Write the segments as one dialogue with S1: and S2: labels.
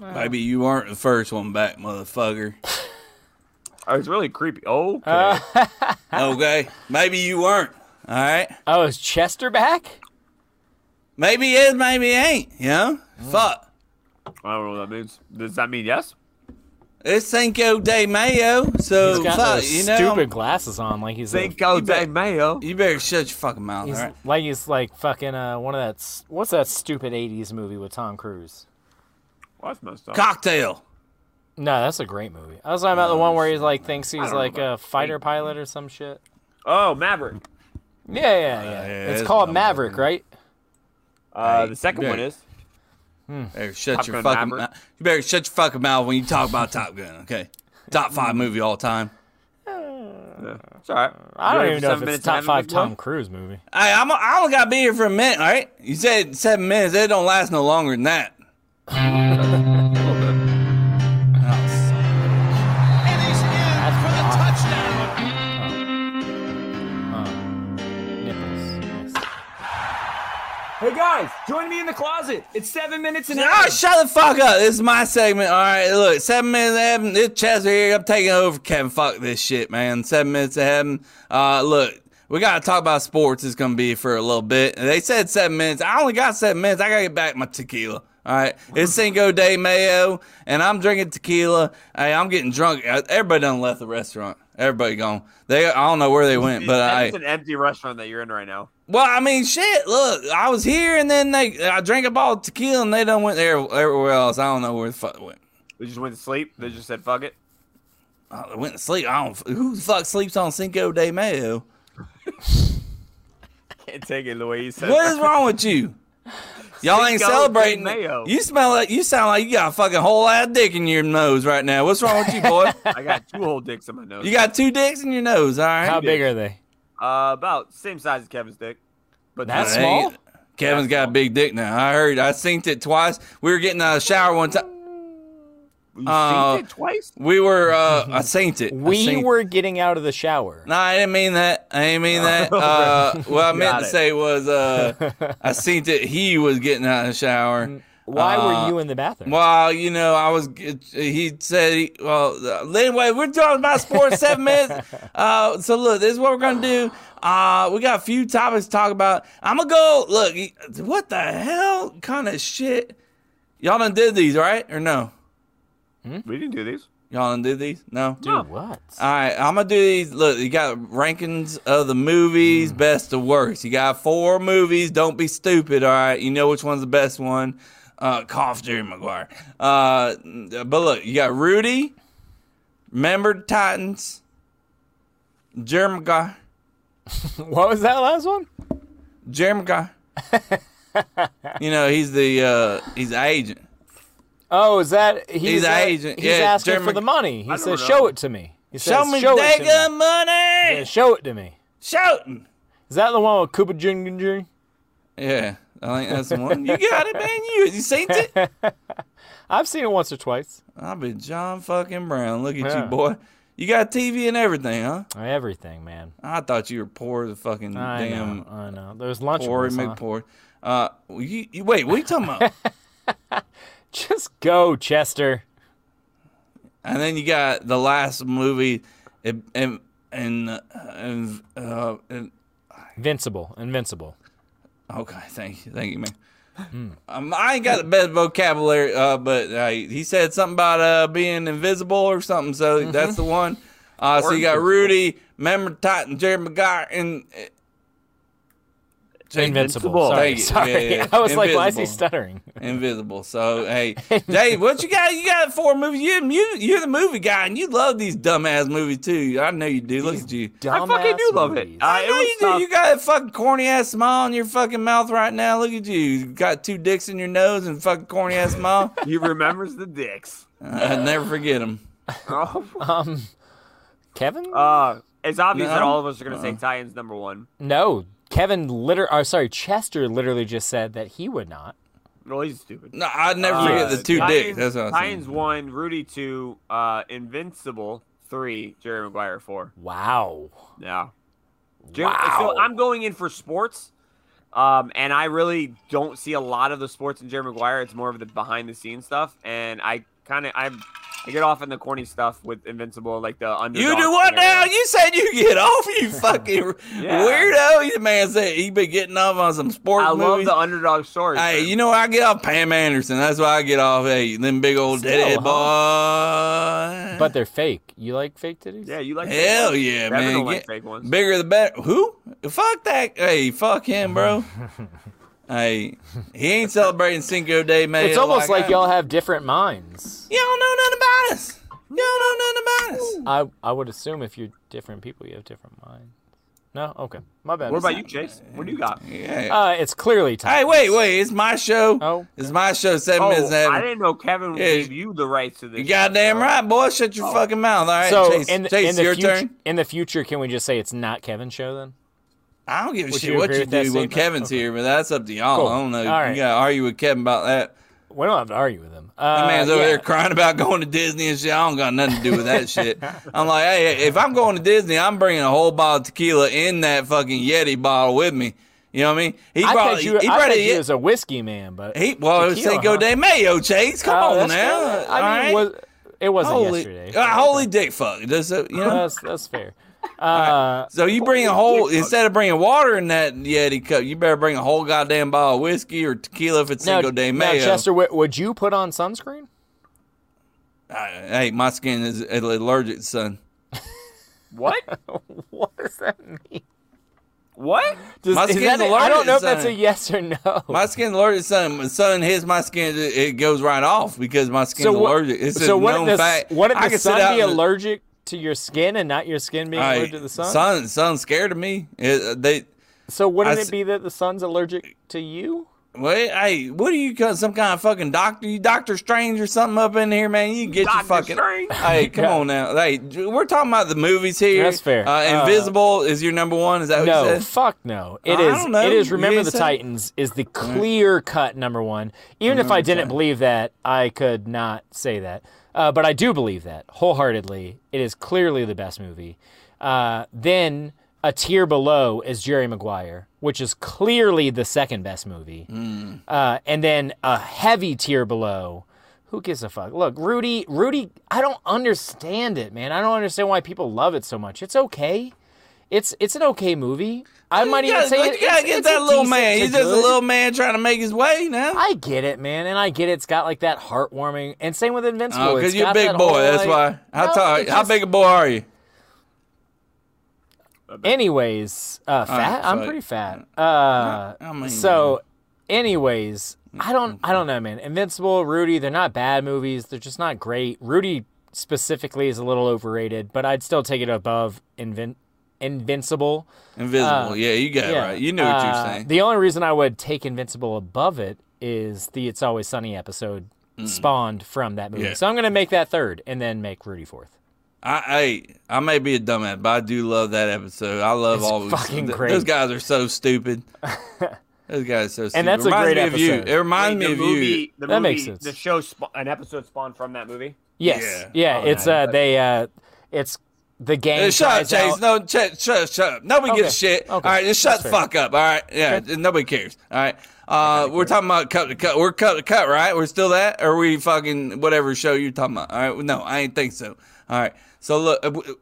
S1: Maybe you weren't the first one back, motherfucker.
S2: Oh, it's really creepy. Okay.
S3: Uh,
S1: okay. Maybe you weren't. All right.
S3: Oh, is Chester back?
S1: Maybe is, maybe ain't. You know?
S3: Mm.
S1: Fuck.
S2: I don't know what that means. Does that mean yes?
S1: It's Cinco de Mayo, so
S3: He's got
S1: fuck.
S3: those
S1: You know,
S3: stupid glasses on, like he's a-
S2: Cinco
S1: bet.
S2: de Mayo.
S1: you better shut your fucking mouth. All
S3: he's
S1: right.
S3: like he's like fucking uh one of that s- what's that stupid '80s movie with Tom Cruise?
S2: Well, that's messed up.
S1: Cocktail.
S3: No, that's a great movie. I was talking about the one where he like thinks
S2: I
S3: he's
S2: don't know
S3: like
S2: about-
S3: a fighter pilot or some shit.
S2: Oh, Maverick.
S3: Yeah, yeah, yeah.
S1: yeah,
S3: it's
S1: it's
S3: called
S1: dumb.
S3: Maverick, right?
S2: Uh,
S1: Hey,
S2: the second
S1: Derek.
S2: one is.
S1: Better shut
S2: Top
S1: your
S2: Gun
S1: fucking.
S2: Maverick.
S1: mou- You better shut your fucking mouth when you talk about Top Gun. Okay. Top five
S3: Mm.
S1: movie all time.
S2: Yeah. It's all right.
S3: Uh, I
S2: You
S3: don't
S2: ready
S3: even
S2: for
S3: know
S2: seven
S3: if
S2: minutes
S3: it's top
S2: of
S3: five
S2: McFly?
S3: Tom Cruise movie.
S1: Hey, I'm I only gotta be here for a minute. All right. You said seven minutes. It don't last no longer than that.
S2: A little bit.
S1: Oh,
S4: And he's in
S3: That's
S4: for the
S3: awesome.
S4: touchdown.
S3: Nipples.
S5: Hey guys, join me in the closet. It's seven minutes and
S1: Oh, shut the fuck up. This is my segment. All right, look, seven minutes of heaven. It's Chester here. I'm taking over, Kevin. Fuck this shit, man. Seven minutes of heaven. Uh, look, we gotta talk about sports. It's gonna be for a little bit. They said seven minutes. I only got seven minutes. I gotta get back my tequila. All right, it's Cinco de Mayo, and I'm drinking tequila. Hey, I'm getting drunk. Uh, Everybody done left the restaurant. Everybody gone. They, I don't know where they went, but I.
S2: it's an empty restaurant that you're in right now.
S1: Well, I mean, shit. Look, I was here, and then they, I drank a bottle of tequila, and they done went there everywhere else. I don't know where the fuck it went.
S2: They just went to sleep. They just said fuck it.
S1: I went to sleep. I don't. Who the fuck sleeps on Cinco de Mayo?
S2: Can't take it the way you said.
S1: What is wrong with you? Y'all ain't
S2: Cinco de
S1: celebrating.
S2: Mayo.
S1: You smell like you sound like you got a fucking whole ass dick in your nose right now. What's wrong with you, boy?
S2: I got two whole dicks in my nose.
S1: you got two dicks in your nose. All
S3: How
S1: right.
S3: big are they?
S2: uh, about same size as Kevin's dick, but
S3: That's
S1: Hey,
S3: small.
S1: Kevin's got a big dick now. I heard. I synced it twice. We were getting out of the shower one time.
S2: You
S1: Uh,
S2: seen it twice.
S1: We were. uh I synced it. I
S3: We
S1: synced-
S3: were getting out of the shower.
S1: No, I didn't mean that. I didn't mean that. Uh, what I meant
S2: Got
S1: to
S2: it.
S1: say was, uh, I seen that he was getting out of the
S2: Mm.
S1: shower.
S3: Why
S1: Uh,
S3: were you in the bathroom?
S1: Well, you know, I was. He said, he, "Well, uh, anyway, we're talking about sports seven minutes." Uh, so look, this is what we're gonna do. Uh, we got a few topics to talk about. I'm gonna go. Look, what the hell kind of shit? Y'all done did these right or no?
S3: Hmm?
S2: We didn't do these.
S1: Y'all done did these? No.
S2: No.
S3: Dude, what?
S1: All right, I'm gonna do these. Look, you got rankings of the
S3: Mm.
S1: movies, best to worst. You got four movies. Don't be stupid. All right, you know which one's the best one. Uh, cough, Jerry Maguire. Uh, but look, you got Rudy, Remember the Titans, Jerry Maguire,
S3: What was that last one?
S1: Jerry Maguire. you know he's the uh, he's the agent.
S3: Oh, is that he's,
S1: He's an
S3: a-
S1: agent.
S3: He's
S1: Yeah,
S3: asking
S1: Jeremy-
S3: for the money. He
S2: don't
S3: says,
S2: know.
S3: "Show it to me." He
S1: Show
S3: says,
S1: me
S3: "Show it to
S1: daggum
S3: me."
S1: money.
S3: Yeah, Show it to me.
S1: Show it.
S3: Is that the one with Koopa Jing?
S1: Yeah, I think that's the one. You got it, man. You you seen it.
S3: I've seen it once or twice.
S1: I'll be John fucking Brown. Look at
S3: Yeah.
S1: you, boy. You got TV and everything, huh?
S3: Everything, man.
S1: I thought you were poor as a fucking
S3: I
S1: damn
S3: know. I know. There's
S1: Corey
S3: lunchables. huh?
S1: McPoor. Uh, you, you, wait, what are you talking about?
S3: Just go, Chester.
S1: and then you got the last movie, and and and, uh, and, uh, and
S3: Invincible. Invincible.
S1: okay, thank you, thank you, man.
S3: Hmm.
S1: Um, I ain't got the best vocabulary, uh, but uh, he said something about uh, being invisible or something. So that's
S3: Mm-hmm.
S1: the one. Uh, so
S2: Or
S1: you got
S2: invisible.
S1: Rudy, Member Titan, Jerry Maguire, and uh, Jake-
S3: Invincible.
S2: Invincible.
S3: Sorry.
S1: Thank you.
S3: sorry.
S1: Yeah, yeah.
S3: I was like, why is he
S1: Invisible.
S3: stuttering?
S1: Invisible. So hey, Dave, what you got? You got four movies. You you you're the movie guy, and you love these dumbass movies too. I know you do. Look at you.
S2: I fucking do
S3: Dumbass
S2: love it.
S3: movies.
S2: Uh,
S1: I
S2: it
S1: know
S2: was
S1: you
S2: tough.
S1: do. You got a fucking corny ass smile in your fucking mouth right now. Look at you. You got two dicks in your nose and fucking corny ass smile.
S2: He remembers the dicks.
S1: I'd never forget him. Oh,
S2: uh,
S3: Um, Kevin?
S2: it's obvious that
S1: No. Uh.
S2: all of us are gonna say Titans number one.
S3: no. Kevin liter or sorry, Chester literally just said that he would not.
S2: Well, he's stupid.
S1: No, I'd never forget
S2: Uh,
S1: the two
S2: Titans-
S1: dicks. That's what I was
S2: Titans
S1: saying.
S2: one, Rudy two, uh, Invincible three, Jerry Maguire four.
S3: Wow.
S2: Yeah. Jerry, So I'm going in for sports. Um, and I really don't see a lot of the sports in Jerry Maguire. It's more of the behind the scenes stuff, and I kind of I, I get off on the corny stuff with Invincible, like the under.
S1: You do what now? You said you get off, you fucking
S2: Yeah.
S1: weirdo. The man said he been getting off on some sports
S2: I love
S1: movies.
S2: the underdog story.
S1: Hey,
S2: man.
S1: you know where I get off Pam Anderson. That's why I get off. Hey, them big old
S3: Still,
S1: dead
S3: huh?
S1: boy.
S3: But they're fake. You like fake titties?
S2: yeah, you like fake
S1: hell
S2: ones.
S1: yeah,
S2: Devin
S1: man.
S2: don't like
S1: Get-
S2: fake ones.
S1: Bigger the better. Who? Fuck that. Hey, fuck him, bro. hey, he ain't celebrating Cinco de Mayo.
S3: It's almost like
S1: I-
S3: y'all have different minds.
S1: Y'all know nothing about us. Y'all know nothing about us.
S3: I I would assume if you're different people, you have different minds. No, okay, my bad.
S2: What about you, Chase? What do you got?
S1: Yeah.
S3: Uh, it's clearly time.
S1: hey, wait, wait. It's my show.
S3: Oh.
S1: It's my show. Seven
S2: Oh,
S1: minutes.
S2: I
S1: Ahead.
S2: didn't know Kevin
S1: Yeah.
S2: gave you the rights to this.
S1: You goddamn right, boy. Shut your fucking mouth. All right,
S3: Oh. So
S1: Chase.
S3: in, the-
S1: Chase,
S3: in the
S1: your
S3: future,
S1: turn.
S3: in the future, can we just say it's not Kevin's show then?
S1: I don't give a
S3: Would
S1: shit
S3: you
S1: what
S3: agree
S1: you
S3: with that
S1: do when
S3: statement?
S1: Kevin's here, but that's up to y'all.
S3: Cool.
S1: I don't know.
S3: All
S1: You
S3: right.
S1: gotta argue with Kevin about that.
S3: We don't have to argue with him. Uh,
S1: That man's over
S3: yeah.
S1: there crying about going to Disney and shit. I don't got nothing to do with that shit. I'm like, hey, if I'm going to Disney, I'm bringing a whole bottle of tequila in that fucking Yeti bottle with me. You know what I mean? He
S3: I
S1: brought,
S3: thought you,
S1: he
S3: I
S1: brought
S3: thought
S1: a
S3: you
S1: Ye-
S3: was a whiskey man, but
S1: he, well, it was
S3: Tequila,
S1: Cinco
S3: huh?
S1: de Mayo, Chase. Come
S3: Oh,
S1: on
S3: that's
S1: now.
S3: fair.
S1: All
S3: I mean,
S1: right?
S3: it was, it wasn't
S1: holy,
S3: yesterday.
S1: uh, holy dick fuck. Just, uh, you know?
S3: that's that's fair. Uh,
S1: So you bring a whole instead of bringing water in that Yeti cup, you better bring a whole goddamn bottle of whiskey or tequila if it's
S3: now,
S1: Cinco de
S3: now,
S1: Mayo.
S3: Chester, would, would you put on sunscreen?
S1: I- hey, my skin is allergic, son.
S2: What?
S3: what does that mean?
S2: What?
S3: Does,
S1: My
S3: is
S1: skin's
S3: that a- I
S1: allergic,
S3: don't know if that's a
S1: son.
S3: yes or no.
S1: My skin allergic, son. My son, his my skin it, it goes right off because my skin's
S3: what-
S1: allergic. It's
S3: so
S1: a
S3: wouldn't
S1: known
S3: the,
S1: fact.
S3: Wouldn't
S1: I
S3: the
S1: can sit
S3: sun
S1: out
S3: be
S1: in the-
S3: allergic to your skin and not your skin being allergic to the sun?
S1: Sun, sun's scared of me. It, they,
S3: So wouldn't
S1: I
S3: it
S1: s-
S3: be that the sun's allergic to you?
S1: wait, hey, what are you? Some kind of fucking doctor? You Doctor Strange or something up in here, man? You get your
S2: Doctor
S1: fucking.
S2: Strange?
S1: Hey, come
S3: Yeah.
S1: on now. Hey, j- we're talking about the movies here.
S3: That's fair.
S1: Uh,
S3: Uh,
S1: Invisible is your number one. Is that what you
S3: No,
S1: said?
S3: fuck no. It
S1: I
S3: is.
S1: don't know.
S3: It is.
S1: You
S3: Remember
S1: ain't
S3: the
S1: said-
S3: Titans is the clear cut number one. Even if I didn't believe that, I could not say that. Uh, but I do believe that wholeheartedly. It is clearly the best movie. Uh, then a tier below is Jerry Maguire, which is clearly the second best movie. Uh, and then a heavy tier below. Who gives a fuck? Look, Rudy, Rudy, I don't understand it, man. I don't understand why people love it so much. It's okay. It's it's an okay movie. I might
S1: you
S3: even
S1: gotta,
S3: say
S1: you
S3: it,
S1: gotta
S3: it's,
S1: get
S3: it's
S1: that
S3: a
S1: little
S3: decent
S1: man.
S3: to
S1: He's just a
S3: good.
S1: little man trying to make his way now.
S3: I get it, man, and I get it's got like that heartwarming, and same with Invincible.
S1: Oh,
S3: It's
S1: because you're a
S3: got
S1: big
S3: that
S1: boy.
S3: whole,
S1: That's
S3: like-
S1: why. How
S3: No,
S1: tall?
S3: it
S1: How
S3: just-
S1: big a boy are you?
S3: Anyways, uh, fat. I'm
S1: so-
S3: pretty fat. Uh,
S1: I mean,
S3: so, anyways, I don't. I don't know, man. Invincible, Rudy. They're not bad movies. They're just not great. Rudy specifically is a little overrated, but I'd still take it above Invin- Invincible.
S1: Invisible. yeah, you got it right. You knew what you were
S3: Uh,
S1: saying.
S3: The only reason I would take Invincible above it is the It's Always Sunny episode spawned from that movie.
S1: Yeah.
S3: So I'm going to make that third and then make Rudy fourth.
S1: I, I I may be a dumbass, but I do love that episode. I love
S3: It's
S1: all those-
S3: fucking
S1: th-
S3: great.
S1: Those guys are so stupid. those guys are so stupid.
S3: that's a
S1: reminds
S3: great
S1: me Of
S3: episode.
S1: you. It reminds
S2: Wait,
S1: me
S2: the
S1: of
S2: movie,
S1: you.
S2: The
S3: That
S2: movie,
S3: makes sense.
S2: The show, spa- an episode spawned from that movie.
S3: Yes.
S1: Yeah.
S3: Yeah.
S1: Oh,
S3: it's uh they uh it's the gang.
S1: Uh, shut up,
S3: tries
S1: Chase.
S3: out-
S1: No, ch- shut up, shut up. Nobody gives a
S3: Okay.
S1: shit.
S3: Okay.
S1: All right, just shut
S3: That's
S1: the
S3: fair.
S1: fuck up. All right, yeah, nobody cares. All right, uh, we're talking about cut to cut. We're cut to cut, right? We're still that, or we fucking whatever show you're talking about. All right, no, I ain't think so. All right, so look. Uh, w-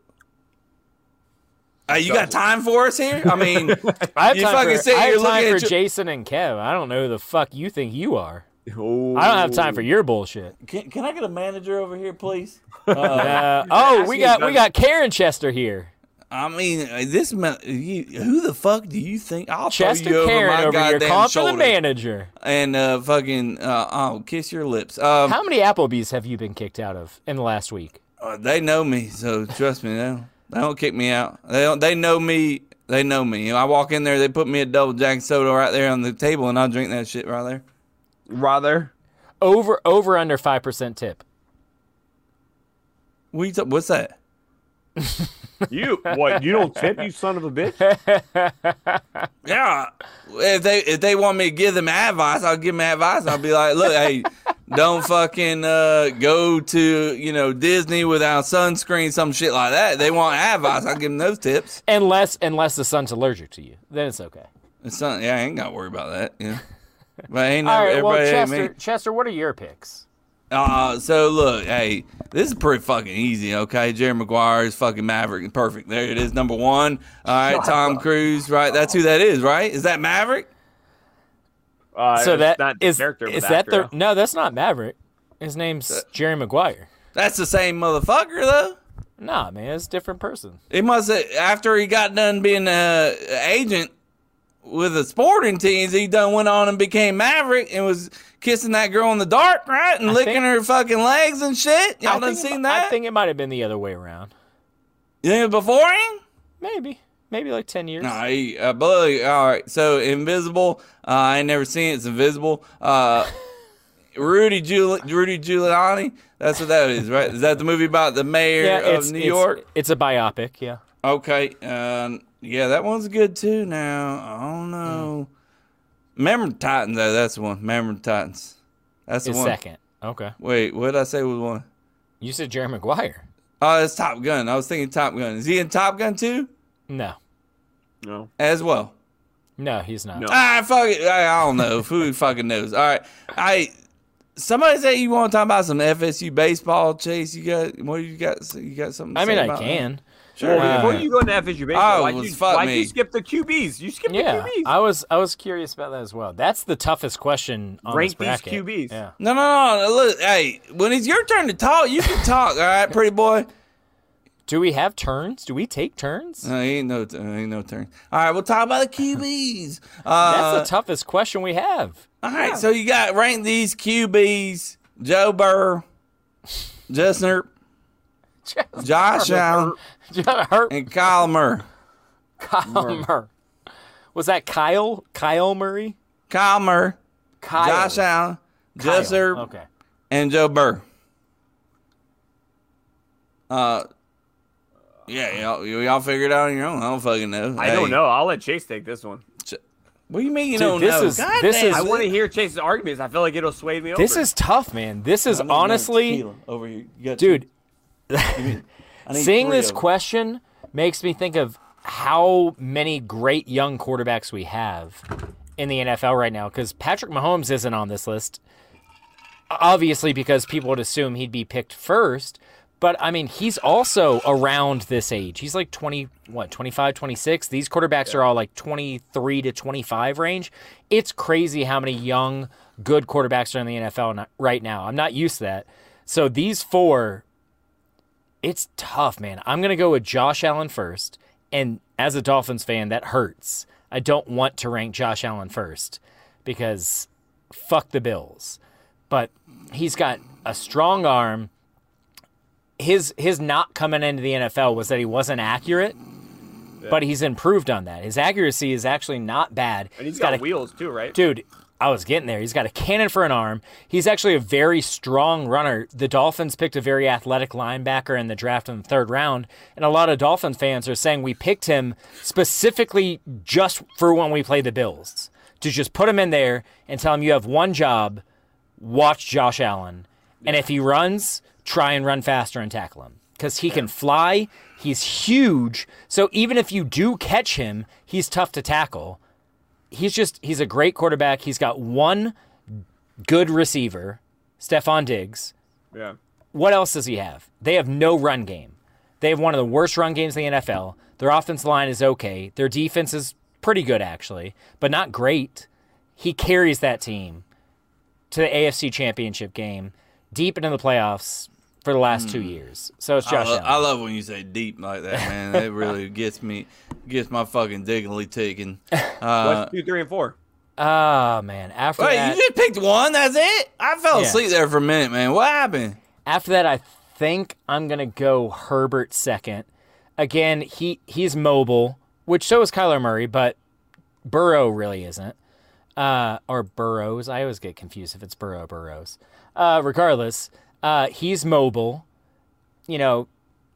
S1: uh, you got time for us here? I mean,
S3: I have
S1: you
S3: time
S1: fucking
S3: for,
S1: sit
S3: I have
S1: here
S3: time
S1: looking
S3: for
S1: at your-
S3: Jason and Kev. I don't know who the fuck you think you are. I don't have time for your bullshit.
S1: can, can I get a manager over here, please?
S3: Uh, oh, we
S2: asking
S3: got we
S2: about-
S3: got Karen Chester
S1: Oh,
S3: here.
S1: I mean, uh, this ma- you, who the fuck do you think? I'll
S3: Chester
S1: throw you over my
S3: Karen over, here.
S1: goddamn
S3: Call for
S1: shoulder
S3: the manager.
S1: and uh, fucking uh, I'll kiss your lips. Um,
S3: How many Applebee's have you been kicked out of in the last week?
S1: Uh, they know me, so trust me. They don't, they don't kick me out. They don't, they know me. They know me. I walk in there, they put me a double jack soda right there on the table, and I'll drink that shit right there.
S2: Rather,
S3: Over over under five percent tip.
S1: What you ta- what's that?
S2: you what? You don't tip, you son of a bitch.
S1: Yeah. If they if they want me to give them advice, I'll give them advice. I'll be like, look, hey, don't fucking uh, go to you know Disney without sunscreen, some shit like that. They want advice. I'll give them those tips.
S3: Unless unless the sun's allergic to you, then it's okay.
S1: It's not. Yeah, I ain't got to worry about that. Yeah. But ain't
S3: All
S1: never,
S3: right, well,
S1: everybody ain't
S3: Chester, Chester, what are your picks?
S1: me. Uh, so look, hey, this is pretty fucking easy, okay? Jerry Maguire is fucking Maverick and perfect. There it is, number one. All right, Tom Cruise, right? That's who that is, right? Is that Maverick?
S2: Uh,
S3: so
S2: it's
S3: that
S2: not the
S3: is
S2: character,
S3: is
S2: but
S3: that the
S2: actor.
S3: no? That's not Maverick. His name's
S1: Uh,
S3: Jerry Maguire.
S1: That's the same motherfucker though.
S3: Nah, man, it's a different person.
S1: He must have, after he got done being a agent with the sporting teams, he done went on and became Maverick and was kissing that girl in the dark, right? And licking
S3: think-
S1: her fucking legs and shit. Y'all
S3: I
S1: done
S3: think it,
S1: seen
S3: mi-
S1: that?
S3: I think it might have been the other way around.
S1: you think it was before him?
S3: Maybe, maybe like ten years.
S1: No, he, uh, but, all right. So invisible. Uh, I ain't never seen it. It's invisible. Uh, Rudy Giul- Rudy Giuliani. That's what that is, right? Is that the movie about the mayor
S3: yeah, it's
S1: of uh, New
S3: it's-
S1: York?
S3: It's a biopic. Yeah.
S1: Okay. Um, yeah, that one's good too. Now I
S3: Hmm.
S1: don't know. Memory Titans though. That's the one. Memory Titans. That's the
S3: It's
S1: one.
S3: second. Okay.
S1: Wait, what did I say was one?
S3: You said Jerry Maguire.
S1: Oh, it's Top Gun. I was thinking Top Gun. Is he in Top Gun too?
S3: No,
S2: No.
S1: As well.
S3: no, he's not.
S2: No.
S1: Ah, fuck it. I, I don't know. Who fucking knows? All right. I. Somebody say you want to talk about some FSU baseball, Chase. You got what? You got? You got something? To
S3: I
S1: say
S3: mean, I
S1: about that?
S3: can.
S1: Sure.
S3: Well,
S2: Before
S3: Uh,
S2: you go into FSU baseball,
S1: Oh,
S2: why'd, you,
S1: was fuck
S2: why'd
S1: me.
S2: you skip the QBs? You skipped
S3: Yeah,
S2: the QBs.
S3: I was I was curious about that as well. That's the toughest question on
S2: Rank
S3: this
S2: these
S3: bracket.
S2: QBs.
S3: Yeah.
S1: No, no, no. Look, hey, when it's your turn to talk, you can talk. All right, pretty boy.
S3: Do we have turns? Do we take turns?
S1: No, ain't no, t- ain't no turn. All right, we'll talk about the QBs. Uh,
S3: That's the toughest question we have.
S1: all right, so you got rank these QBs: Joe Burr, Justin, Herb, Josh Allen,
S3: Hurt
S1: and Kyle Murray.
S3: Kyle Murray. Was that Kyle? Kyle Murray?
S1: Kyle Murray,
S3: Kyle.
S1: Josh Allen,
S3: Kyle.
S1: Justin, Herb,
S3: Okay.
S1: and Joe Burr. Uh, yeah, y'all, y'all figure it out on your own. I don't fucking know.
S2: I
S1: Hey,
S2: don't know. I'll let Chase take this one.
S1: What do you mean you
S3: Dude,
S1: don't
S3: this
S1: know?
S3: is- this
S1: damn,
S3: is-
S2: I
S1: dude.
S2: want to hear Chase's arguments. I feel like it'll sway me over.
S3: This is tough, man. This is
S1: I need another
S3: honestly,
S1: tequila over here. You got
S3: dude.
S1: I need
S3: Seeing
S1: three
S3: this
S1: of them.
S3: question makes me think of how many great young quarterbacks we have in the NFL right now because Patrick Mahomes isn't on this list. Obviously, because people would assume he'd be picked first. But I mean, he's also around this age. He's like 20, what, 25, 26. These quarterbacks are all like 23 to 25 range. It's crazy how many young, good quarterbacks are in the NFL n- right now. I'm not used to that. So these four it's tough, man. I'm going to go with Josh Allen first. And as a Dolphins fan, that hurts. I don't want to rank Josh Allen first because fuck the Bills. But he's got a strong arm. His his not coming into the NFL was that he wasn't accurate, but he's improved on that. His accuracy is actually not bad.
S2: And he's got,
S3: a
S2: wheels too, right?
S3: dude, I was getting there. He's got a cannon for an arm. He's actually a very strong runner. The Dolphins picked a very athletic linebacker in the draft in the third round, and a lot of Dolphin fans are saying we picked him specifically just for when we play the Bills. To just put him in there and tell him you have one job, watch Josh Allen. And if he runs, try and run faster and tackle him because he can fly. He's huge. So even if you do catch him, he's tough to tackle he's just he's a great quarterback. He's got one good receiver, Stephon Diggs.
S2: Yeah.
S3: What else does he have? They have no run game. They have one of the worst run games in the NFL. Their offense line is okay. Their defense is pretty good actually, but not great. He carries that team to the AFC Championship game, deep into the playoffs for the last two years. So it's
S1: I,
S3: Josh.
S1: lo-
S3: Allen.
S1: I love when you say deep like that, man. That really gets me, gets my fucking dignity taken. Uh,
S2: What's two, three, and four?
S3: Ah man, after
S1: wait,
S3: that,
S1: you just picked one? That's it? I fell
S3: Yeah.
S1: asleep there for a minute, man. What happened?
S3: After that, I think I'm gonna go Herbert second. Again, he he's mobile, which so is Kyler Murray, but Burrow really isn't. Uh, or Burrows. I always get confused if it's Burrow or Burrows. Uh, regardless, uh, he's mobile. You know,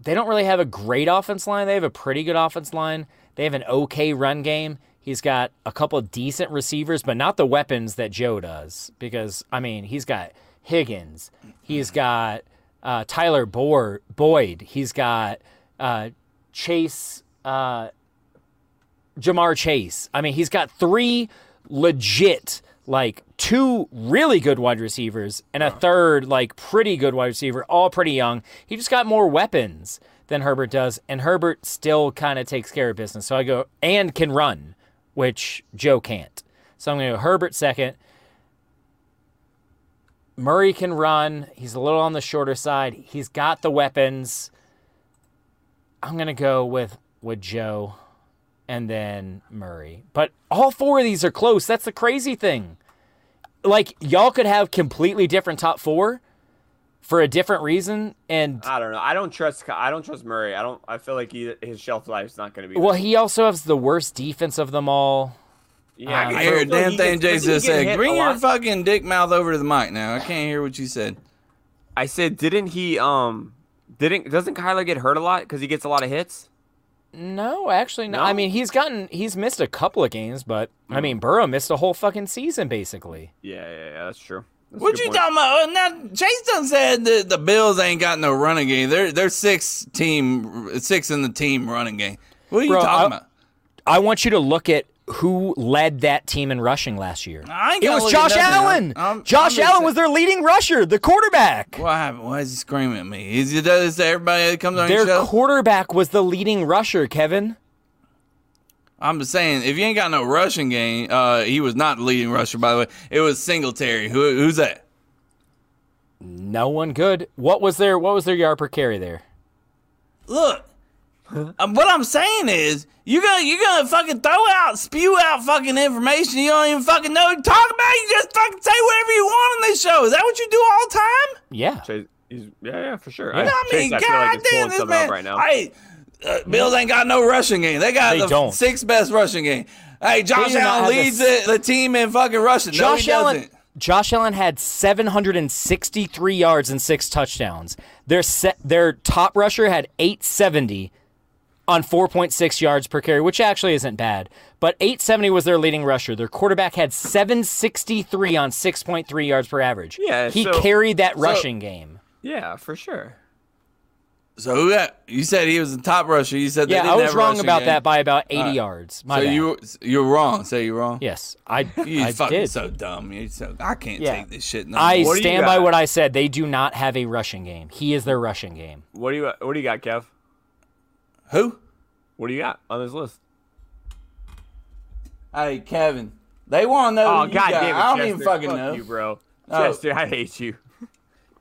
S3: they don't really have a great offense line. They have a pretty good offense line. They have an okay run game. He's got a couple of decent receivers, but not the weapons that Joe does. Because I mean, he's got Higgins. He's got uh, Tyler Boer, Boyd. He's got uh, Chase uh, Jamar Chase. I mean, he's got three legit, like two really good wide receivers and a third, like pretty good wide receiver, all pretty young. He just got more weapons than Herbert does, and Herbert still kind of takes care of business. So I go, and can run, which Joe can't. So I'm going to go Herbert second. Murray can run. He's a little on the shorter side. He's got the weapons. I'm gonna go with with Joe, and then Murray. But all four of these are close. That's the crazy thing. Like y'all could have completely different top four for a different reason, and
S2: I don't know. I don't trust. Ky- I don't trust Murray. I don't. I feel like he, his shelf life's not going to be.
S3: well, he also has the worst defense of them all.
S1: I
S2: yeah, I
S1: hear a
S2: feel like
S1: damn
S2: he
S1: thing
S2: gets-
S1: Jason
S2: doesn't he
S1: just
S2: get
S1: said.
S2: hit a
S1: Bring your
S2: lot?
S1: fucking dick mouth over to the mic now. I can't hear what you said.
S2: I said, didn't he? Um, didn't doesn't Kyler get hurt a lot because he gets a lot of hits?
S3: No, actually, no.
S2: No?
S3: I mean, he's gotten he's missed a couple of games, but I mean, Burrow missed a whole fucking season basically.
S2: Yeah, yeah, yeah. That's true. That's a
S1: What
S2: good
S1: you
S2: point.
S1: talking about? Oh, now Chase done said that the Bills ain't got no running game. They're they're six team six in the team running game. What are you
S3: Bro,
S1: talking
S3: I-
S1: about?
S3: I want you to look at who led that team in rushing last year.
S1: I ain't
S3: It
S1: gotta
S3: was
S1: look at
S3: Josh
S1: nothing.
S3: Allen.
S1: I'm-
S3: Josh
S1: I'm just
S3: Allen was their leading rusher, the quarterback.
S1: What happened? Why is he screaming at me? Is he does this to everybody that comes on your
S3: Their
S1: show?
S3: quarterback was the leading rusher, Kevin.
S1: I'm just saying, if you ain't got no rushing game, uh, he was not the leading rusher. By the way, it was Singletary. Who, who's that?
S3: No one good. What was their what was their yard per carry there?
S1: Look, um, what I'm saying is, you gonna you gonna fucking throw out, spew out fucking information you don't even fucking know what you're talking about. You just fucking say whatever you want on this show. Is that what you do all the time?
S3: Yeah.
S2: Chase, he's, yeah, yeah, for sure.
S1: No, I mean,
S2: Chase, I feel like he's
S1: goddamn,
S2: pulling
S1: this
S2: something
S1: man.
S2: up right now.
S1: Hey, uh, Bills ain't got no rushing game. They got
S3: They
S1: the
S3: don't.
S1: sixth best rushing game. Hey, Josh
S3: do not
S1: Allen
S3: have the
S1: leads the, the team in fucking rushing.
S3: Josh
S1: no, he
S3: Allen
S1: doesn't.
S3: Josh Allen had 763 yards and six touchdowns. Their se- their top rusher had 870 on 4.6 yards per carry, which actually isn't bad. But 870 was their leading rusher. Their quarterback had 763 on 6.3 yards per average.
S2: Yeah,
S3: he
S2: so-
S3: carried that rushing game.
S2: yeah, for sure.
S1: So who that? You said he was the top rusher. You said they
S3: Yeah,
S1: didn't
S3: I was
S1: have a
S3: wrong
S1: rushing
S3: about
S1: game.
S3: that by about 80 yards. My
S1: so
S3: bad.
S1: you you're wrong. Say you're wrong.
S3: yes, I
S1: You
S3: I
S1: fucking
S3: did.
S1: so dumb. You so I can't
S3: Yeah.
S1: take this shit. No
S3: I
S1: more.
S2: What do you
S3: stand by
S2: got?
S3: what I said. They do not have a rushing game. He is their rushing game.
S2: What do you What do you got, Kev?
S1: who?
S2: What do you got on this list?
S1: Hey Kevin, they want to know.
S2: Oh
S1: who you
S2: God
S1: got.
S2: damn it,
S1: I don't
S2: Chester.
S1: even fucking
S2: Fuck
S1: know.
S2: you, bro.
S1: Oh.
S2: Chester, I hate you.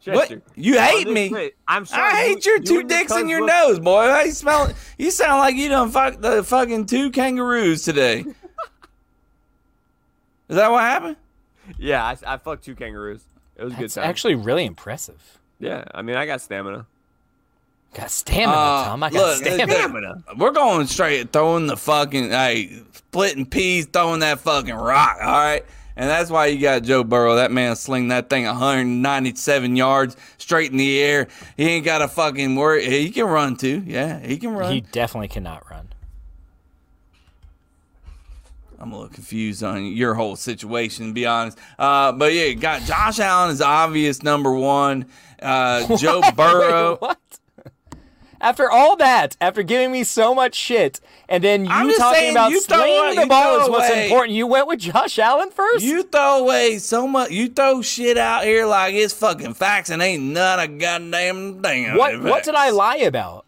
S1: What?
S2: Chester.
S1: You
S2: On
S1: hate
S2: this
S1: me?
S2: list- I'm sorry.
S1: I hate your two dicks in your nose, boy. I smell. You sound like you done fucked the fucking two kangaroos today. Is that what happened?
S2: Yeah, I, I fucked two kangaroos. It was a good
S3: That's
S2: time.
S3: actually really impressive.
S2: yeah, I mean, I got stamina.
S3: Got stamina,
S1: Uh,
S3: Tom. I got
S1: look,
S3: stamina.
S1: look, We're going straight at throwing the fucking hey, splitting peas, throwing that fucking rock. All right. And that's why you got Joe Burrow. That man sling that thing 197 yards straight in the air. He ain't got a fucking worry. He can run too. Yeah, he can run.
S3: He definitely cannot run.
S1: I'm a little confused on your whole situation, to be honest. Uh, but yeah, got Josh Allen is obvious number one. Uh, Joe Burrow.
S3: Wait, what? After all that, after giving me so much shit, and then you
S1: I'm just
S3: talking
S1: saying,
S3: about
S1: you throw
S3: slaying
S1: out-
S3: the
S1: you
S3: ball
S1: throw
S3: is what's
S1: away-
S3: important. You went with Josh Allen first.
S1: You throw away so much. You throw shit out here like it's fucking facts and ain't none of goddamn thing.
S3: what what did I lie about?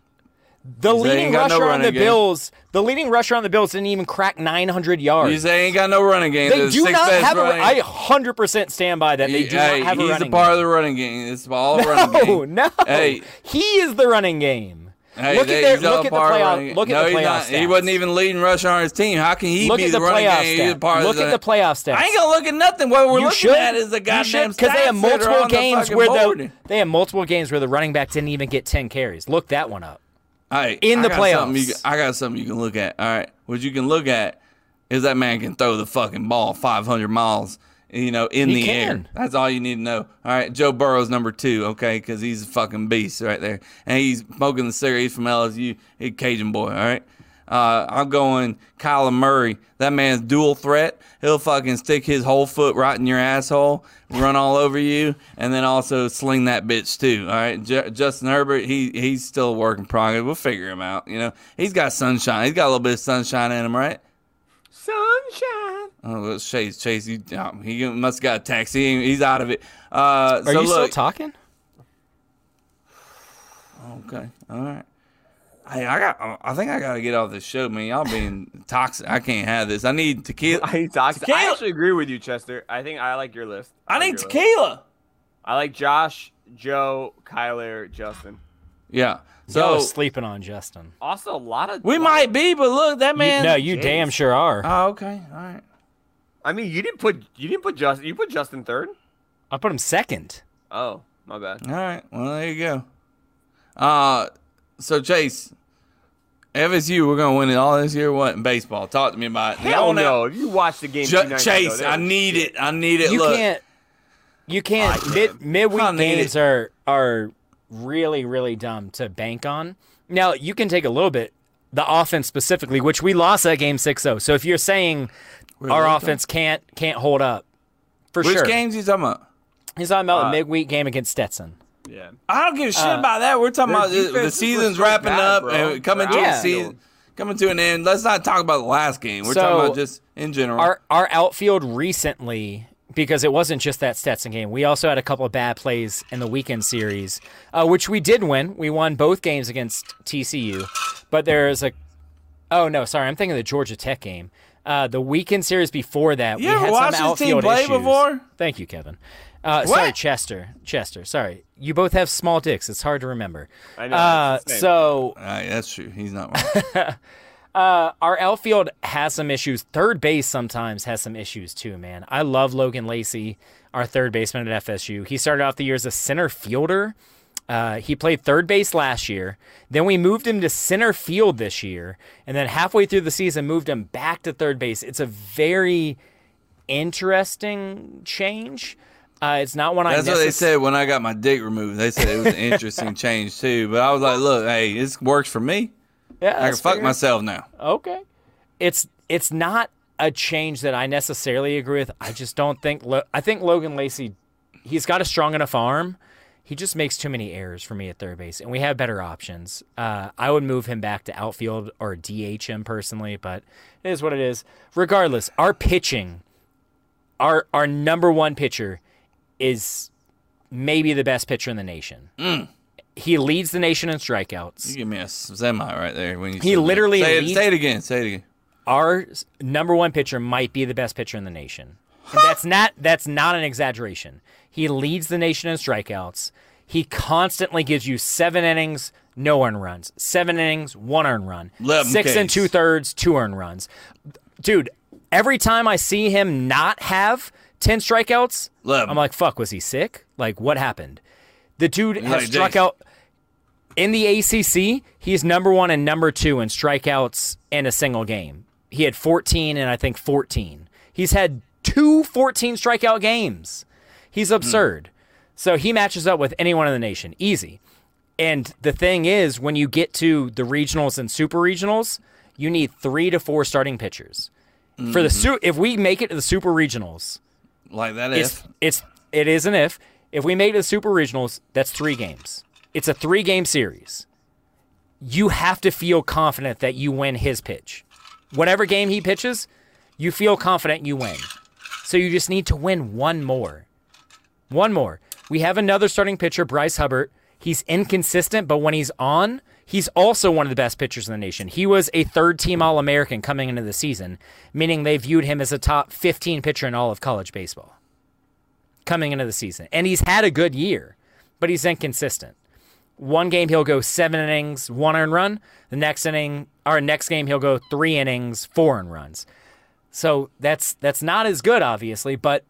S3: The
S1: You say
S3: leading
S1: ain't got no
S3: rusher on
S1: running
S3: the
S1: game.
S3: Bills, the leading rusher on the Bills didn't even crack 900
S1: You
S3: yards.
S1: say ain't got no running game.
S3: They
S1: They're
S3: do
S1: sixth
S3: not
S1: best
S3: have a.
S1: running-
S3: I 100% stand by that. They do
S1: Hey,
S3: not have a
S1: he's
S3: running
S1: a part of the running game. It's all running
S3: No,
S1: game.
S3: no.
S1: Hey.
S3: He is the running game.
S1: Hey,
S3: look
S1: they-
S3: at their,
S1: he's all
S3: look at the
S1: part of running
S3: playoff.
S1: game.
S3: Look at
S1: no,
S3: the
S1: he's
S3: playoff
S1: not.
S3: stats.
S1: He wasn't even leading rusher on his team. How can he
S3: Look
S1: be
S3: at the
S1: running
S3: playoff
S1: game? He's a
S3: stats.
S1: part of
S3: Look at the playoff stats.
S1: I ain't gonna look at nothing. What we're
S3: you
S1: looking
S3: should
S1: at is the goddamn
S3: because they have
S1: stats that are
S3: multiple
S1: on the
S3: games
S1: fucking
S3: where the
S1: board.
S3: they have multiple games where the running back didn't even get 10 carries. Look that one up.
S1: Hey,
S3: in
S1: I
S3: the
S1: got something
S3: playoffs.
S1: You, I got something you can look at. All right, what you can look at is that man can throw the fucking ball 500 miles, you know, in
S3: He
S1: the
S3: can.
S1: air. That's all you need to know. All right, Joe Burrow's number two, okay, because he's a fucking beast right there, and he's smoking the cigarette. He's from LSU, he's a Cajun boy. All right. Uh, I'm going Kyler Murray. That man's dual threat. He'll fucking stick his whole foot right in your asshole, run all over you, and then also sling that bitch too. All right, J- Justin Herbert. He he's still a work in progress. We'll figure him out. You know, he's got sunshine. He's got a little bit of sunshine in him, right? Oh, it's Chase. Chase, you, oh, he must have got a text. He, ain't- he's out of it. Uh,
S3: Are
S1: so
S3: you still
S1: look,
S3: talking?
S1: Okay. All right. Hey, I got. uh, I think I got to get off this show, man. Y'all being toxic. I can't have this. I need tequila.
S2: I hate toxic. I
S1: Tequila.
S2: actually agree with you, Chester. I think I like your list.
S1: I
S2: like
S1: need
S2: your list.
S1: tequila.
S2: I like Josh, Joe, Kyler, Justin.
S1: Yeah.
S3: Y'all
S1: So
S3: are sleeping on Justin.
S2: Also, a lot of
S1: we might be, but look, that
S3: You-
S1: man.
S3: no, you
S2: jeez.
S3: damn sure are.
S1: Oh, okay. All right.
S2: I mean, you didn't put you didn't put Justin. You put Justin third.
S3: I put him second.
S2: Oh, my bad.
S1: All right. Well, there you go. Uh, so Chase, FSU, we're gonna win it all this year. What in baseball? Talk to me about it.
S2: Hell
S1: Now, now,
S2: no! If you watch the game, two
S1: Ju-
S2: nights ago,
S1: Chase,
S2: they
S1: I
S2: were-
S1: need it. I need it.
S3: You
S1: look,
S3: can't. You can't. Mid midweek
S1: I need
S3: games
S1: it.
S3: are are really really dumb to bank on. Now you can take a little bit the offense specifically, which we lost that game 6-0. So if you're saying
S1: Wait,
S3: our
S1: what the-
S3: offense can't can't hold up, for
S1: Which Uh,
S3: sure.
S1: games you talking about?
S3: He's talking about the midweek game against Stetson.
S2: Yeah.
S1: I don't give a shit
S3: Uh,
S1: about that. We're talking about uh,
S2: their
S1: the, the
S2: defenses
S1: season's
S2: were so
S1: wrapping
S2: bad,
S1: up
S2: bro.
S1: and coming to
S2: They're
S1: a
S3: Yeah.
S1: season, coming to an end. Let's not talk about the last game. We're talking
S3: So,
S1: about just in general.
S3: Our our outfield recently because it wasn't just that Stetson game. We also had a couple of bad plays in the weekend series, uh, which we did win. We won both games against TCU, but there is a oh no, sorry, I'm thinking of the Georgia Tech game. Uh, the weekend series before that,
S1: You
S3: we
S1: ever
S3: had
S1: watched
S3: some
S1: this team
S3: outfield
S1: play
S3: issues.
S1: before?
S3: Thank you, Kevin. Uh, sorry,
S1: What?
S3: Chester. Chester, sorry. You both have small dicks. It's hard to remember.
S2: I know,
S3: Uh,
S2: it's the same.
S3: so
S1: All right, that's true. He's not wrong.
S3: our outfield has some issues. Third base sometimes has some issues too, man. I love Logan Lacey, our third baseman at FSU. He started off the year as a center fielder. Uh, he played third base last year. Then we moved him to center field this year. And then halfway through the season, moved him back to third base. It's a very interesting change. Uh, it's not one I
S1: That's what they
S3: necess-
S1: said when I got my dick removed. They said it was an interesting change too. But I was like, look, hey, this works for me.
S3: Yeah,
S1: I can
S3: that's
S1: fuck
S3: fair.
S1: myself now.
S3: Okay. It's it's not a change that I necessarily agree with. I just don't think Lo- I think Logan Lacey he's got a strong enough arm. He just makes too many errors for me at third base, and we have better options. Uh, I would move him back to outfield or DH him personally, but it is what it is. Regardless, our pitching, our our number one pitcher, is maybe the best pitcher in the nation. He leads the nation in strikeouts.
S1: You give me a semi right there when you.
S3: He
S1: said that.
S3: literally
S1: say it,
S3: leads-
S1: say it again. Say it again.
S3: our s- number one pitcher might be the best pitcher in the nation. And that's not that's not an exaggeration. He leads the nation in strikeouts. He constantly gives you seven innings, no earned runs. Seven innings, one earned run.
S1: Let 'em
S3: Six and
S1: case.
S3: two thirds, two earned runs. Dude, every time I see him not have ten strikeouts,
S1: Let 'em.
S3: I'm like, fuck, was he sick? Like, what happened? The dude has
S1: like,
S3: struck
S1: Jace.
S3: out in the ACC, he's number one and number two in strikeouts in a single game. He had 14 and I think 14. He's had two 14 strikeout games. He's absurd. So he matches up with anyone in the nation. Easy. And the thing is, when you get to the regionals and super regionals, you need three to four starting pitchers. For the su- if we make it to the super regionals,
S1: Like that.
S3: it's
S1: If
S3: it's it is an if. If we make it to the super regionals, that's three games. It's a three game series. You have to feel confident that you win his pitch. Whatever game he pitches, you feel confident you win. So you just need to win one more. One more. We have another starting pitcher, Bryce Hubbard. He's inconsistent, but when he's on, he's also one of the best pitchers in the nation. He was a third team All American coming into the season, meaning they viewed him as a top 15 pitcher in all of college baseball coming into the season. And he's had a good year, but he's inconsistent. One game he'll go seven innings, one earned run. The next inning or next game he'll go three innings, four earned runs. So that's that's not as good, obviously, but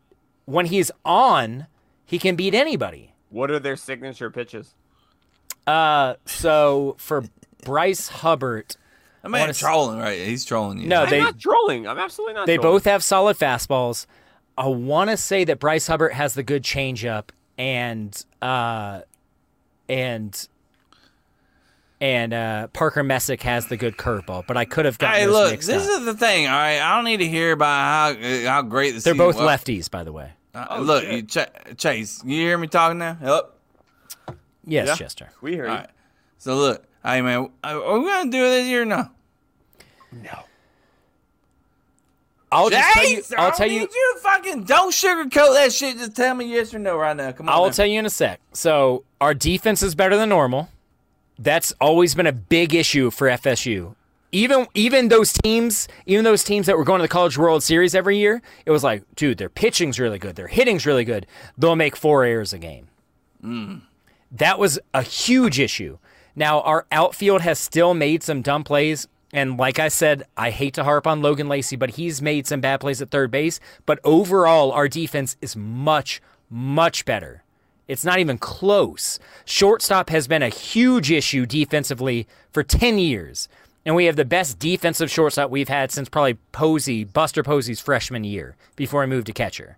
S3: when he's on, he can beat anybody.
S2: What are their signature pitches?
S3: Uh, so for Bryce Hubbard,
S1: that man's trolling, right? He's trolling you.
S3: no,
S2: I'm
S3: they
S2: not trolling. I'm absolutely not.
S3: They
S2: trolling.
S3: both have solid fastballs. I want to say that Bryce Hubbard has the good changeup and uh, and and uh, Parker Messick has the good curveball, but I could have gotten
S1: Hey,
S3: those
S1: look,
S3: mixed
S1: this
S3: up.
S1: is the thing. All right, I don't need to hear about how uh, how great this.
S3: They're both
S1: left.
S3: lefties, by the way.
S1: Uh, look, you ch- Chase, you hear me talking now? Hello?
S3: Yes,
S2: Yeah.
S3: Chester.
S2: We hear you.
S1: All right. So look, hey uh, man, are are we gonna do it this year? or No. No.
S3: I'll just tell you.
S1: James, I
S3: I'll
S1: don't
S3: tell you.
S1: need you to fucking don't sugarcoat that shit. Just tell me yes or no right now. Come on.
S3: I'll
S1: now.
S3: tell you in a sec. So our defense is better than normal. That's always been a big issue for FSU. Even even those teams, even those teams that were going to the College World Series every year, it was like, dude, their pitching's really good, their hitting's really good. They'll make four errors a game. That was a huge issue. Now our outfield has still made some dumb plays. And like I said, I hate to harp on Logan Lacey, but he's made some bad plays at third base. But overall, our defense is much, much better. It's not even close. Shortstop has been a huge issue defensively for 10 years. And we have the best defensive shortstop we've had since probably Posey, Buster Posey's freshman year before he moved to catcher.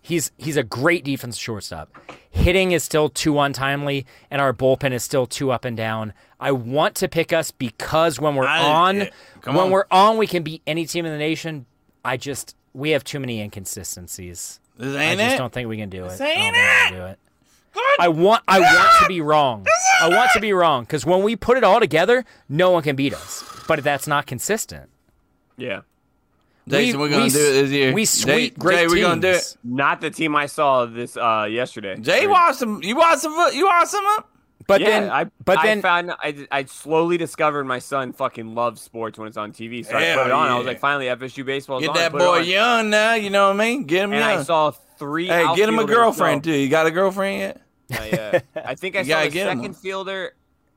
S3: He's he's a great defensive shortstop. Hitting is still too untimely, and our bullpen is still too up and down. I want to pick us because when we're
S1: I-
S3: on,
S1: yeah, come
S3: when
S1: on.
S3: we're on, we can beat any team in the nation. I just we have too many inconsistencies.
S1: This
S3: I
S1: ain't
S3: just
S1: it.
S3: don't think we can do it. I
S1: ain't
S3: don't think we can do it. I want I want to be wrong. I want to be wrong because when we put it all together, no one can beat us. But that's not consistent.
S2: Yeah.
S1: Jason,
S3: we-
S1: we're gonna
S3: we
S1: do it this
S3: s-
S1: year.
S3: we
S1: Jay-
S3: sweep great
S1: Jay, we're gonna do it.
S3: teams.
S2: Not the team I saw this uh, yesterday.
S1: Jay,
S2: Or-
S1: watch some. You watch some. fo- You watch some. Up?
S3: But
S2: yeah,
S3: then,
S2: I,
S3: but
S2: I
S3: then,
S2: found I, I slowly discovered my son fucking loves sports when it's on TV. So I
S1: Hell
S2: put it on. I was
S1: yeah.
S2: like, finally, FSU baseball.
S1: Get
S2: on.
S1: that
S2: put it
S1: boy
S2: on.
S1: young now. You know what I mean? Get him
S2: And I
S1: young.
S2: saw three.
S1: Hey, get him a
S2: outfielders in row.
S1: girlfriend too. You got a girlfriend yet?
S2: Uh, yeah. I think I
S1: You
S2: saw
S1: gotta
S2: the
S1: get him
S2: second
S1: one.
S2: fielder.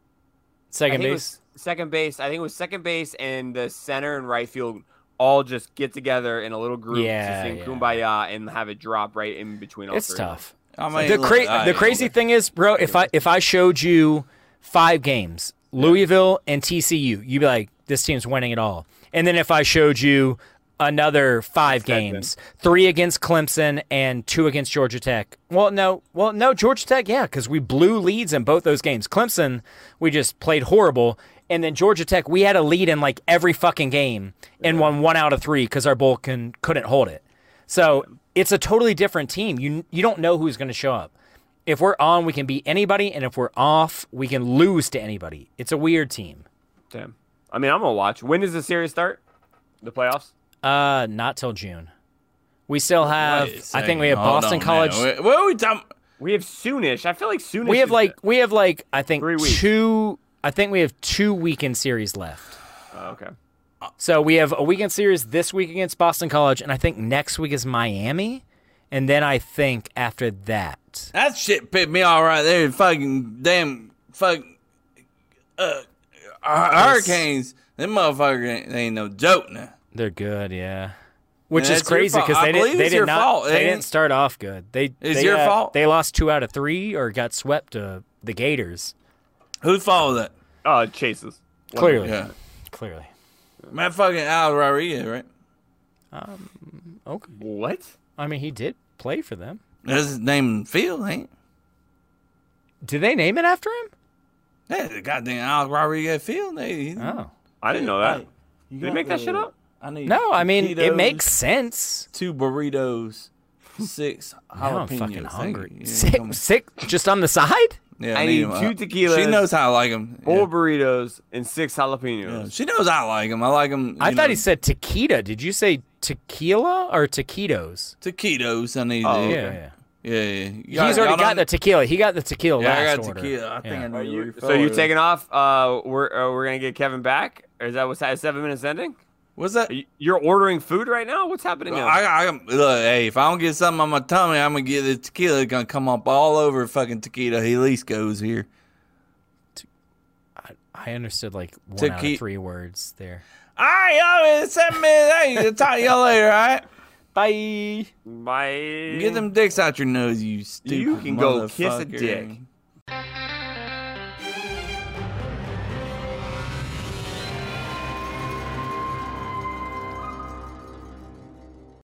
S2: I
S3: second
S2: think it
S3: base.
S2: was second base. I think it was second base and the center and right field all just get together in a little group
S3: Yeah,
S2: to sing
S3: yeah.
S2: Kumbaya and have it drop right in between all
S3: It's
S2: three.
S3: tough.
S1: I mean,
S3: the
S1: look,
S3: cra-
S1: I-
S3: the crazy thing is, bro, if I if I showed you five games, Louisville and TCU, you'd be like, this team's winning it all. And then if I showed you another five games, three against Clemson and two against Georgia Tech. Well, no, well, no, Georgia Tech, yeah, because we blew leads in both those games. Clemson, we just played horrible. And then Georgia Tech, we had a lead in like every fucking game and won one out of three because our bull can, couldn't hold it. So it's a totally different team. You you don't know who's going to show up. If we're on, we can beat anybody, and if we're off, we can lose to anybody. It's a weird team.
S2: Damn. I mean, I'm gonna watch. When does the series start? The playoffs.
S3: Uh, not till June. We still have.
S1: Wait a
S3: I think we
S1: second.
S3: have
S1: Hold
S3: Boston
S1: on, man.
S3: College.
S1: Wait, What are we talking?
S2: We have soonish. I feel like soonish.
S3: We have
S2: is
S3: like we have like I think
S2: Three weeks.
S3: two. I think we have two weekend series left.
S2: the- oh, okay.
S3: So we have a weekend series this week against Boston College, and I think next week is Miami, and then I think after that.
S1: That shit pissed me all right there. Fucking damn, fuck, uh, hu- hurricanes. Them motherfucker ain't, they ain't no joke now.
S3: They're good, yeah. Which
S1: Yeah,
S3: is
S1: it's your
S3: crazy
S1: fault.
S3: because
S1: I
S3: they didn't
S1: believe
S3: they
S1: it's
S3: did
S1: your
S3: not
S1: fault. It
S3: they didn't
S1: ain't-
S3: start off good. They
S1: It's
S3: they,
S1: your
S3: uh,
S1: fault.
S3: They lost two out of three or got swept to the Gators.
S1: Who followed that?
S2: Uh, chases.
S3: Clearly,
S1: Yeah,
S3: clearly.
S1: my fucking Al Rodriguez, right?
S3: Okay,
S2: What?
S3: I mean he did play for them.
S1: That's his name in the field, ain't? it?
S3: Did they name it after him?
S1: That's the goddamn Al Rodriguez field. They,
S3: Oh
S2: I didn't know that.
S1: Hey,
S2: Did they make that shit up?
S1: I need
S3: no, I mean it
S1: taquitos,
S3: makes sense.
S1: two burritos, six
S3: Now I'm
S1: jalapenos.
S3: fucking hungry.
S1: Thank you. Yeah,
S3: Sick,
S1: come on.
S3: sick, just on the side.
S1: Yeah, them.
S2: I need two tequilas.
S1: She knows how I like them.
S2: Four burritos and six jalapenos.
S1: She knows I like them. I like them.
S3: I thought he said taquita. Did you say tequila or taquitos?
S1: taquitos. I need.
S2: Oh,
S1: to-
S2: okay.
S3: Yeah, yeah.
S1: Yeah, yeah. You
S3: He's
S1: got-
S3: already got
S1: y'all
S3: the
S1: done-
S3: tequila. He got the tequila
S1: Yeah,
S3: last
S1: I got
S3: order.
S1: tequila. I think
S3: Yeah.
S1: I need to refill
S2: So you
S1: it.
S2: taking off? Uh, we're uh, we're gonna get Kevin back, or is that what's at seven minutes ending?
S1: What's that?
S2: Are you- You're ordering food right now. What's happening now?
S1: I, I, look, hey, if I don't get something on my tummy, I'm gonna get the tequila. It's gonna come up all over fucking tequila. He at least goes here.
S3: I understood like one out
S1: Tequi-
S3: of three words there.
S1: All right, y'all. It's seven minutes. Hey, I'll talk to y'all later. All right.
S3: Bye.
S2: My
S1: Get them dicks out your nose, you stupid.
S2: You can go
S1: motherfucker.
S2: kiss a dick.